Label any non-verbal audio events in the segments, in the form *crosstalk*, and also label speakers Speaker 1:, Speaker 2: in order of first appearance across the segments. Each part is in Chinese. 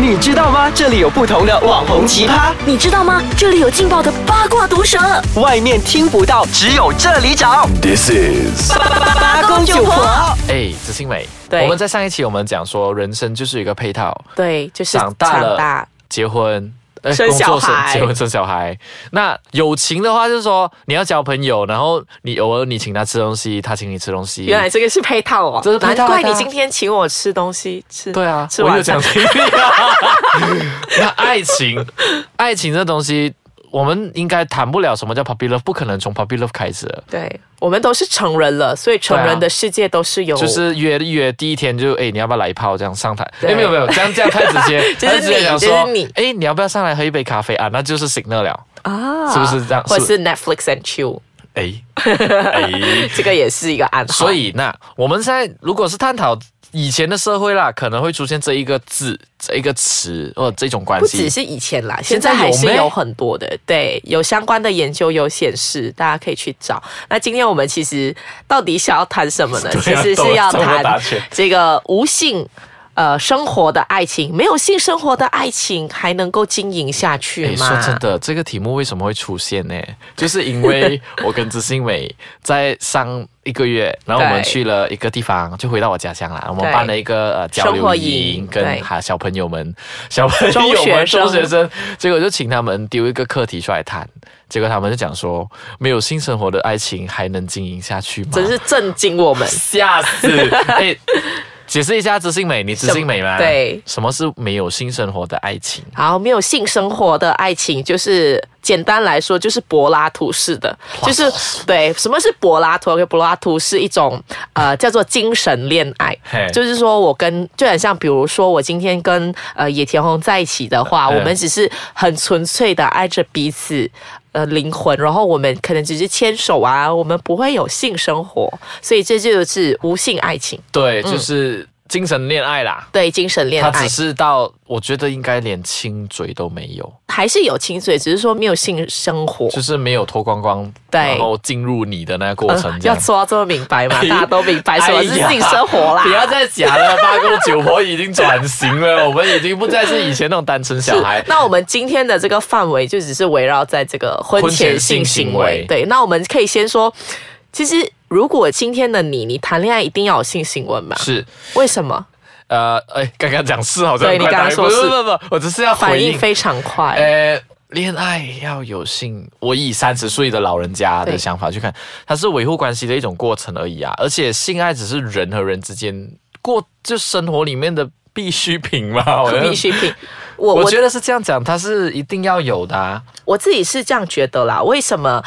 Speaker 1: 你知道吗？这里有不同的网红奇葩，
Speaker 2: 你知道吗？这里有劲爆的八卦毒舌，
Speaker 1: 外面听不到，只有这里找。
Speaker 3: This is
Speaker 1: 八公九婆，
Speaker 4: 哎，子欣美，
Speaker 5: 对
Speaker 4: 我们在上一期我们讲说，人生就是一个配套，
Speaker 5: 对，就是
Speaker 4: 长大了
Speaker 5: 长大
Speaker 4: 结婚。呃
Speaker 5: 生
Speaker 4: 工作
Speaker 5: 小孩
Speaker 4: 结婚生 *laughs* 小孩。那友情的话，就是说你要交朋友，然后你偶尔你请他吃东西，他请你吃东西。
Speaker 5: 原来这个是配套哦，
Speaker 4: 这是配套
Speaker 5: 难怪
Speaker 4: 的啊
Speaker 5: 你今天请我吃东西吃，
Speaker 4: 对啊，
Speaker 5: 吃
Speaker 4: 我
Speaker 5: 晚
Speaker 4: 有讲
Speaker 5: 餐。
Speaker 4: 经历啊。 *laughs* 那爱情，爱情这东西，我们应该谈不了什么叫 puppy love，不可能从 puppy love 开始的。
Speaker 5: 对，我们都是成人了，所以成
Speaker 4: 对
Speaker 5: 人
Speaker 4: 啊
Speaker 5: 的世界都是有，
Speaker 4: 就是约约第一天就哎，你要不要来一炮这样上台？
Speaker 5: 对
Speaker 4: 哎，没有没有，这样这样太直接，
Speaker 5: *laughs* 就是
Speaker 4: 太直接
Speaker 5: 你
Speaker 4: 讲
Speaker 5: 就
Speaker 4: 说
Speaker 5: 是你，
Speaker 4: 哎，你要不要上来喝一杯咖啡啊？那就是 signal 了，
Speaker 5: 啊
Speaker 4: 是不是这样
Speaker 5: 或者
Speaker 4: 是
Speaker 5: 是 Netflix and chill， *laughs*
Speaker 4: 哎哎，
Speaker 5: 这个也是一个暗号。
Speaker 4: 所以那我们现在如果是探讨以前的社会啦，可能会出现这一个字、这一个词或者这种关
Speaker 5: 不只
Speaker 4: 系。
Speaker 5: 是以前啦，
Speaker 4: 现
Speaker 5: 现
Speaker 4: 在
Speaker 5: 在还是
Speaker 4: 有咩
Speaker 5: 有很多的，对，有相关的研究有显示，大家可以去找。那今天我们其实到底想要谈什么呢？其
Speaker 4: *laughs* 对啊
Speaker 5: 实是要
Speaker 4: 怎么怎么打
Speaker 5: 谈
Speaker 4: 拳
Speaker 5: *laughs* 这个无性。呃，生活的爱情没有性生活的爱情还能够经营下去
Speaker 4: 哎，
Speaker 5: 吗？
Speaker 4: 说真的，这个题目为什么会出现呢？ *laughs* 就是因为我跟知心美在上一个月，然后我们
Speaker 5: 对
Speaker 4: 去了一个地方，就回到我家乡啦。我们
Speaker 5: 对
Speaker 4: 办了一个呃交
Speaker 5: 生
Speaker 4: 流
Speaker 5: 活
Speaker 4: 营
Speaker 5: 营，
Speaker 4: 跟
Speaker 5: 对
Speaker 4: 哈小朋友们、 *laughs* 小朋友
Speaker 5: 中
Speaker 4: 们、
Speaker 5: 学
Speaker 4: 中
Speaker 5: 生
Speaker 4: 学生，结果就请他们丢一个课题出来谈。结果他们就讲说，没有性生活的爱情还能经营下去吗？。
Speaker 5: 真是震惊我们
Speaker 4: 吓
Speaker 5: *laughs*
Speaker 4: 死！哎、解释一下知性美，你知性美吗？
Speaker 5: 什对
Speaker 4: 什么是没有性生活的爱情？
Speaker 5: 好，没有性生活的爱情，就是简单来说，就是柏拉图式的，就是对。什么是柏拉图？OK，柏啊拉图是一种呃叫做精神恋爱
Speaker 4: 嘿，
Speaker 5: 就是说我跟就很像，比如说我今天跟呃野田红在一起的话，
Speaker 4: 嗯
Speaker 5: 我们只是很纯粹的爱着彼此。呃，灵魂，然后我们可能只是牵手啊，我们不会有性生活，所以这就是无性爱情，
Speaker 4: 对，就是精神恋爱啦。
Speaker 5: 对精神嗯恋
Speaker 4: 他只
Speaker 5: 爱。
Speaker 4: 是到，我觉得应该连亲嘴都没有，
Speaker 5: 还是有亲嘴，只是说没有性生活，
Speaker 4: 就是没有脱光光，
Speaker 5: 对
Speaker 4: 然后进入你的那个过
Speaker 5: 呃
Speaker 4: 程这
Speaker 5: 要
Speaker 4: 样。
Speaker 5: 说到这么明白嘛？大家都明白什么是
Speaker 4: 哎呀
Speaker 5: 性生活啦。
Speaker 4: 不要再讲了，八公九婆已经转型了，
Speaker 5: *laughs*
Speaker 4: 我们已经不再是以前那种单身小孩。
Speaker 5: 那我们今天的这个范围就只是围绕在这个婚
Speaker 4: 婚前
Speaker 5: 前
Speaker 4: 性
Speaker 5: 性
Speaker 4: 行
Speaker 5: 行
Speaker 4: 为
Speaker 5: 为。对，那我们可以先说，其实如果今天的你，你谈恋爱一定要有性行为嘛？
Speaker 4: 是，
Speaker 5: 为什么？
Speaker 4: 呃，哎，刚刚讲是好像很
Speaker 5: 对
Speaker 4: 快
Speaker 5: 你刚刚
Speaker 4: 答应
Speaker 5: 说
Speaker 4: 不
Speaker 5: 是
Speaker 4: 不不不，我只是要
Speaker 5: 反
Speaker 4: 回
Speaker 5: 应
Speaker 4: 应。
Speaker 5: 非常快。
Speaker 4: 呃，恋爱要有性，我以三十岁的老人家的
Speaker 5: 对
Speaker 4: 想法去看，它是维护关系的一种过程而已啊。而且性爱只是人和人之间过就生活里面的必需品嘛，我觉得
Speaker 5: *laughs* 必。需品，我
Speaker 4: 我
Speaker 5: 我
Speaker 4: 觉得是这样讲，它是一定要有的、啊。
Speaker 5: 我自己是这样觉得啦。为什么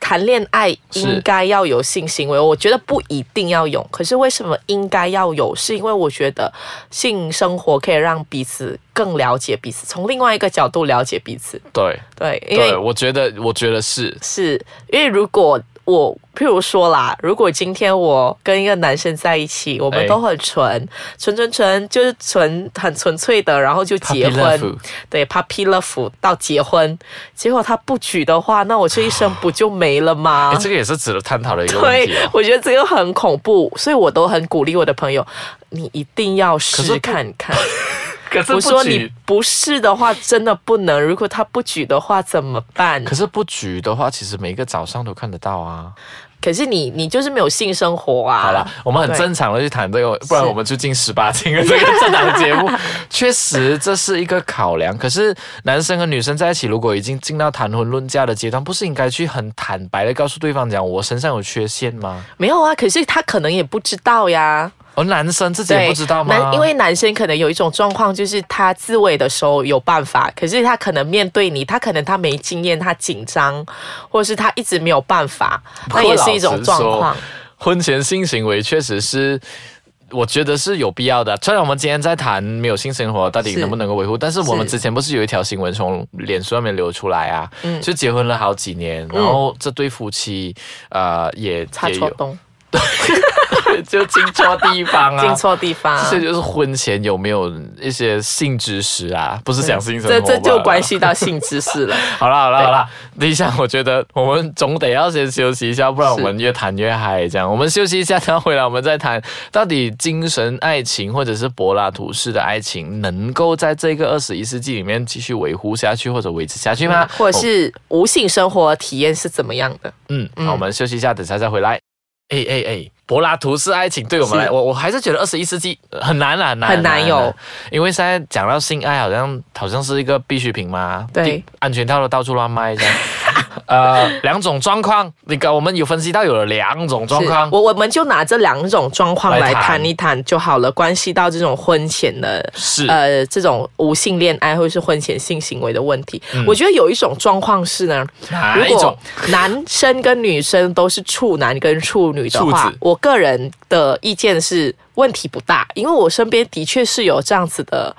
Speaker 5: 谈恋爱应该要有性行为？我觉得不一定要有，可是为什么应该要有？是因为我觉得性生活可以让彼此更了解彼此，从另外一个角度了解彼此。
Speaker 4: 对，
Speaker 5: 对，因
Speaker 4: 对，
Speaker 5: 为
Speaker 4: 我觉得，我觉得是
Speaker 5: 是因为如果我譬如说啦，如果今天我跟一个男生在一起，我
Speaker 4: 哎
Speaker 5: 们都很纯，纯纯纯就是纯很纯粹的，然后就
Speaker 4: Puppy
Speaker 5: 结婚
Speaker 4: love
Speaker 5: 对 puppy love 到结婚，结果他不举的话，那我这一生不就没了吗？
Speaker 4: 哎，这个也是值得探讨的一个问
Speaker 5: *laughs* 对
Speaker 4: 题、哦，。
Speaker 5: 我觉得这个很恐怖，所以我都很鼓励我的朋友，你一定要
Speaker 4: 可是
Speaker 5: 试
Speaker 4: 不
Speaker 5: 看
Speaker 4: *laughs*
Speaker 5: 看。
Speaker 4: 可是
Speaker 5: 我
Speaker 4: 不
Speaker 5: 说
Speaker 4: 举
Speaker 5: 你不是的话，真的不能。如果他不举的话，怎么办？
Speaker 4: 可是不举的话，其实每个早上都看得到啊。
Speaker 5: 可是你你就是没有性生活啊。
Speaker 4: 好了，我们很
Speaker 5: 对
Speaker 4: 正常的去谈这个，不然
Speaker 5: 是
Speaker 4: 我们就进十八禁的这个这档节目。 *laughs* 确实，这是一个考量。可是男生和女生在一起，如果已经进到谈婚论嫁的阶段，不是应该去很坦白的告诉对方讲我身上有缺陷吗？
Speaker 5: 没有啊，可是他可能也不知道呀，
Speaker 4: 而男生自己也不知道吗
Speaker 5: 男？因为男生可能有一种状况，就是他自慰的时候有办法，可是他可能面对你，他可能他没经验，他紧张，或者是他一直没有办法，
Speaker 4: 不过
Speaker 5: 那也是一种状
Speaker 4: 老
Speaker 5: 况
Speaker 4: 实。婚前性行为确实是。我觉得是有必要的。虽然我们今天在谈没有性生活到底
Speaker 5: 是
Speaker 4: 能不能够维护，但是我们
Speaker 5: 是
Speaker 4: 之前不是有一条新闻从脸书上面流出来啊？
Speaker 5: 嗯
Speaker 4: 就结婚了好几年，然后这对夫妻呃也
Speaker 5: 擦
Speaker 4: 也
Speaker 5: 错
Speaker 4: 有
Speaker 5: 洞，
Speaker 4: *laughs* 就进错地方啊，
Speaker 5: 进错地方
Speaker 4: 这。些就是婚前有没有一些性知识啊？不是讲性生活吧，
Speaker 5: 这这就关系到性知识
Speaker 4: *laughs*
Speaker 5: 了。
Speaker 4: 好啦好啦好啦，等一下，我觉得我们总得要先休息一下，不然我们越谈越嗨。这样，我们休息一下，等回来我们再谈到底精神爱情或者是柏拉图式的爱情，能够在这个二十一世纪里面继续维护下去或者维持下去吗？
Speaker 5: 嗯或者是无性生活体验是怎么样的？
Speaker 4: 嗯，那我们休息一下，等下再回来。哎哎哎，柏拉图式爱情对我们来，我我还是觉得二十一世纪呃很难啦，很难啊
Speaker 5: 很难有，
Speaker 4: 因为现在讲到性爱，好像好像是一个必需品嘛，
Speaker 5: 对
Speaker 4: 就，安全套都到处乱卖这样。 *laughs* 呃，两种状况，那个我们有分析到有了两种状
Speaker 5: 是
Speaker 4: 况，
Speaker 5: 我我们就拿这两种状况
Speaker 4: 来
Speaker 5: 来
Speaker 4: 谈
Speaker 5: 谈一谈就好了，关系到这种婚前的。
Speaker 4: 是
Speaker 5: 呃，这种无性恋爱或者是婚前性行为的问题，我觉得有一种状况是呢，
Speaker 4: 嗯哪一
Speaker 5: 如
Speaker 4: 种
Speaker 5: 果男生跟女生都是处男跟处女的
Speaker 4: 处
Speaker 5: 话
Speaker 4: 子，
Speaker 5: 我个人的意见是问题不大，因为我身边的确是有这样子的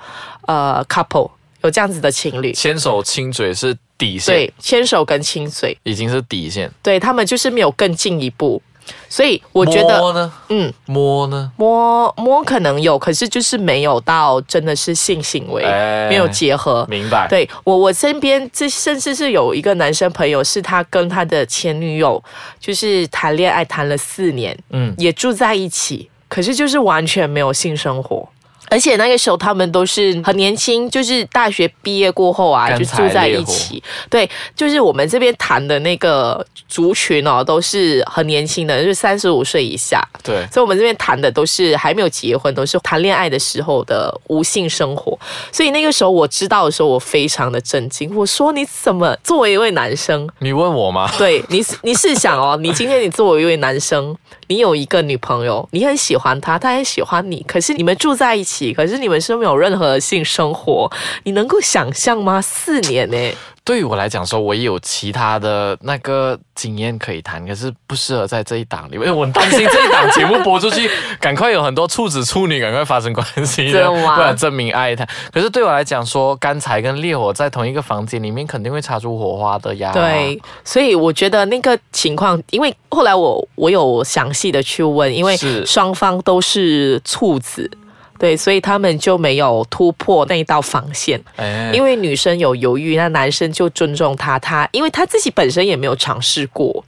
Speaker 5: 呃 couple，有这样子的情侣，
Speaker 4: 牵手亲嘴是底线
Speaker 5: 对，，牵手跟亲嘴，
Speaker 4: 已经是底线。
Speaker 5: 对他们就是没有更进一步，所以我觉得
Speaker 4: 摸呢，
Speaker 5: 嗯，
Speaker 4: 摸呢，
Speaker 5: 摸摸可能有，可是就是没有到真的是性行为，
Speaker 4: 哎
Speaker 5: 没有结合。
Speaker 4: 明白？，
Speaker 5: 对我，我身边这甚至是有一个男生朋友，是他跟他的前女友就是谈恋爱谈了四年，
Speaker 4: 嗯，
Speaker 5: 也住在一起，可是就是完全没有性生活。而且那个时候他们都是很年轻，就是大学毕业过后啊，
Speaker 4: 干
Speaker 5: 就
Speaker 4: 柴
Speaker 5: 住在
Speaker 4: 烈火
Speaker 5: 一起。对，就是我们这边谈的那个族群哦，都是很年轻的，就是三十五岁以下。
Speaker 4: 对，
Speaker 5: 所以我们这边谈的都是还没有结婚，都是谈恋爱的时候的无性生活。所以那个时候我知道的时候，我非常的震惊。我说你怎么作为一位男生，
Speaker 4: 你问我吗？
Speaker 5: 对你是你是想哦，你今天你作为一位男生，你有一个女朋友，你很喜欢她，她很喜欢你，可是你们住在一起，可是你们是没有任何性生活，你能够想象吗？四年欸呢、
Speaker 4: 对于我来讲说，我也有其他的那个经验可以谈，可是不适合在这一档里面。因为我很担心这一档节目播出去，赶快有很多处子处女赶快发生关系，
Speaker 5: *laughs* 真的吗
Speaker 4: 不然证明爱他。可是对我来讲说，干柴跟烈火在同一个房间里面，肯定会擦出火花的呀。
Speaker 5: 对，，所以我觉得那个情况，因为后来我我有详细的去问，因为
Speaker 4: 是
Speaker 5: 双方都是处子，对，所以他们就没有突破那一道防线。
Speaker 4: 哎，
Speaker 5: 因
Speaker 4: 为
Speaker 5: 为女生有犹豫，那男生就尊重她，她因为她自己本身也没有尝试过，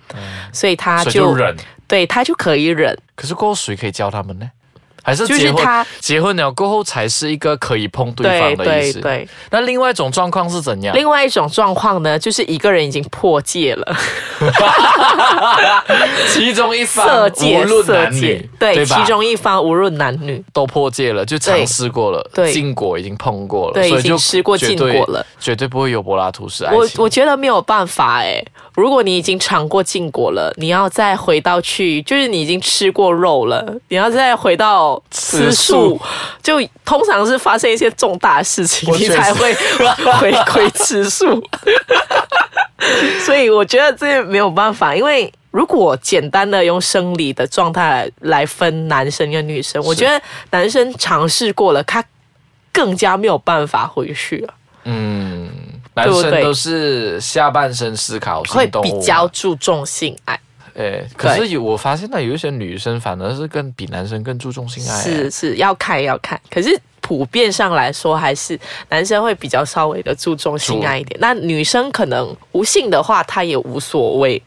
Speaker 5: 所以她
Speaker 4: 嗯所以
Speaker 5: 就
Speaker 4: 就忍。
Speaker 5: 对她就可以忍。
Speaker 4: 可是过后谁可以教他们呢？还是
Speaker 5: 就是
Speaker 4: 结婚
Speaker 5: 他
Speaker 4: 结婚了过后才是一个可以碰对
Speaker 5: 对
Speaker 4: 方的意
Speaker 5: 对
Speaker 4: 思。
Speaker 5: 对。
Speaker 4: 那另外一种状况是怎样？
Speaker 5: 另外一种状况呢，就是一个人已经破戒了，
Speaker 4: 其中一方
Speaker 5: 色
Speaker 4: 无
Speaker 5: 戒
Speaker 4: 论
Speaker 5: 色
Speaker 4: 男
Speaker 5: 戒
Speaker 4: 女，，
Speaker 5: 对，
Speaker 4: 吧
Speaker 5: 其中一方无论男女。
Speaker 4: 都破戒了，就尝试过了，
Speaker 5: 对对
Speaker 4: 禁果已经碰过了，
Speaker 5: 对
Speaker 4: 所以就
Speaker 5: 已经吃过禁果了
Speaker 4: 绝对，绝对不会有柏拉图式爱
Speaker 5: 我
Speaker 4: 情。
Speaker 5: 我觉得没有办法哎、如果你已经尝过禁果了，你要再回到去，就是你已经吃过肉了，你要再回到吃
Speaker 4: 吃素
Speaker 5: 素，就通常是发生一些重大的事情，
Speaker 4: 我
Speaker 5: 你
Speaker 4: 确实
Speaker 5: 才会 *laughs* 回归吃素。 *laughs* 所以我觉得这没有办法，因为如果简单的用生理的状态来分男生跟女生，我
Speaker 4: 是
Speaker 5: 觉得男生尝试过了，他更加没有办法回去了。
Speaker 4: 嗯，男
Speaker 5: 对不
Speaker 4: 生
Speaker 5: 对
Speaker 4: 都是下半身思考
Speaker 5: 会
Speaker 4: 性动物嘛，
Speaker 5: 比较注重性爱，
Speaker 4: 诶。可是有我发现到有一些女生反而是更比男生更注重性爱，
Speaker 5: 是是要看要看。可是普遍上来说，还是男生会比较稍微的注重性爱一点。那女生可能无性的话，她也无所谓，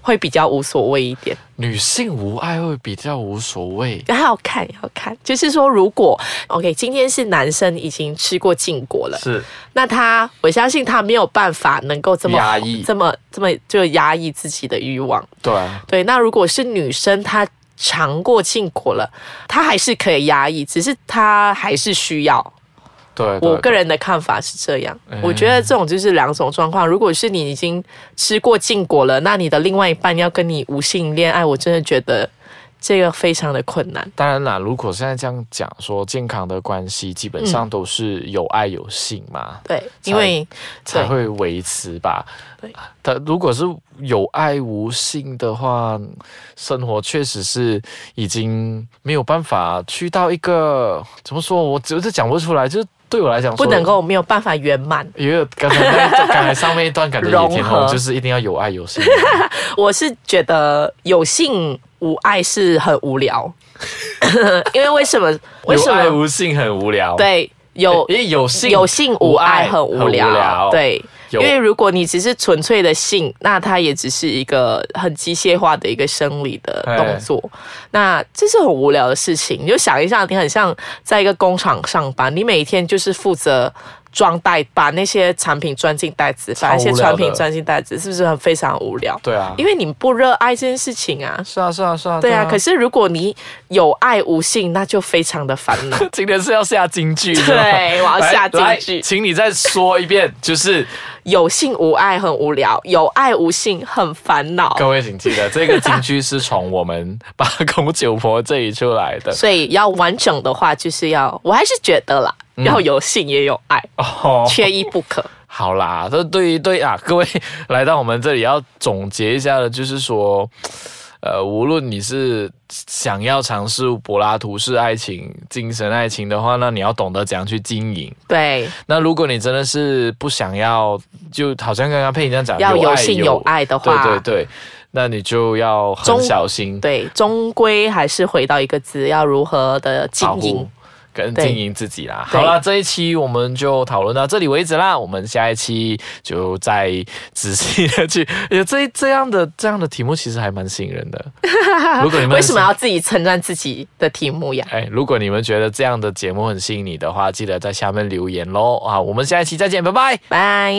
Speaker 5: 会比较无所谓一点。
Speaker 4: 女性无爱会比较无所谓。
Speaker 5: 要看要看，就是说，如果 OK，今天是男生已经吃过禁果了，
Speaker 4: 是
Speaker 5: 那他我相信他没有办法能够这么
Speaker 4: 压抑
Speaker 5: 这么这么就压抑自己的欲望。
Speaker 4: 对啊，
Speaker 5: 对，那如果是女生，她尝过禁果了，她还是可以压抑，只是她还是需要。
Speaker 4: 对，啊对哎
Speaker 5: 我个人的看法是这样，我觉得这种就是两种状况。如果是你已经吃过禁果了，那你的另外一半要跟你无性恋爱，我真的觉得这个非常的困难。
Speaker 4: 当然啦，如果现在这样讲说，健康的关系基本
Speaker 5: 嗯
Speaker 4: 上都是有爱有性嘛，
Speaker 5: 对，因为
Speaker 4: 才
Speaker 5: 对
Speaker 4: 会维持吧。
Speaker 5: 对，
Speaker 4: 但如果是有爱无性的话，生活确实是已经没有办法去到一个怎么说，我只是讲不出来，就是对我来讲
Speaker 5: 不能
Speaker 4: 说。
Speaker 5: 够没有办法圆满。
Speaker 4: 因为刚才那刚才上面一段感觉也挺
Speaker 5: 融
Speaker 4: 好，
Speaker 5: 合
Speaker 4: 就是一定要有爱有性。
Speaker 5: 我是觉得有性无爱是很无聊， *laughs* 因为为什么？ *laughs* 为
Speaker 4: 有
Speaker 5: 什
Speaker 4: 爱
Speaker 5: 么？
Speaker 4: 无性很无聊。，
Speaker 5: 对，有
Speaker 4: 因为有性
Speaker 5: 有性无爱很无聊，
Speaker 4: 很无聊
Speaker 5: 对。
Speaker 4: 有
Speaker 5: 因为如果你只是纯粹的性，那它也只是一个很机械化的一个生理的动作，那这是很无聊的事情。你就想一下，你很像在一个工厂上班，你每天就是负责装袋，把那些产品装进袋子，把那些
Speaker 4: 超无聊
Speaker 5: 产
Speaker 4: 的
Speaker 5: 品装进袋子，是不是很非常无聊？
Speaker 4: 对啊
Speaker 5: 因为你不热爱这件事情啊。
Speaker 4: 是啊是啊是啊。
Speaker 5: 对啊，可是如果你有爱无性，那就非常的烦恼。
Speaker 4: 今天是要下京剧的，
Speaker 5: 对我要
Speaker 4: *laughs* 来
Speaker 5: 下京
Speaker 4: 来
Speaker 5: 剧
Speaker 4: 请你再说一遍，就是
Speaker 5: 有性无爱很无聊，有爱无性很烦恼。
Speaker 4: *laughs* 各位请记得，这个京剧是从我们八公九婆这里出来
Speaker 5: *laughs*
Speaker 4: 的
Speaker 5: 所以要完整的话，就是要，我还是觉得啦，要有性也有爱，
Speaker 4: 嗯哦。
Speaker 5: 缺一不
Speaker 4: *laughs*
Speaker 5: 可。
Speaker 4: 好啦，这对于对啊，各位来到我们这里要总结一下的，就是说，呃，无论你是想要尝试柏拉图式爱情、精神爱情的话，那你要懂得怎样去经营。
Speaker 5: 对，
Speaker 4: 那如果你真的是不想要，就好像刚刚佩妮这样讲，
Speaker 5: 要
Speaker 4: 有
Speaker 5: 有
Speaker 4: 爱
Speaker 5: 性有爱的话，
Speaker 4: 对对对，那你就要很
Speaker 5: 中
Speaker 4: 小心
Speaker 5: 对终归还是回到一个字，要如何的经
Speaker 4: 保护
Speaker 5: 营。
Speaker 4: 跟
Speaker 5: 对
Speaker 4: 经营自己啦。
Speaker 5: 对
Speaker 4: 好啦，这一期我们就讨论到这里为止啦，我们下一期就再仔细的去。有这这样的这样的题目其实还蛮吸引人
Speaker 5: *laughs*
Speaker 4: 的。如果你们
Speaker 5: 为什么要自己称赞自己的题目呀？
Speaker 4: 哎，如果你们觉得这样的节目很吸引你的话，记得在下面留言喽啊！我们下一期再见，拜拜。
Speaker 5: 拜。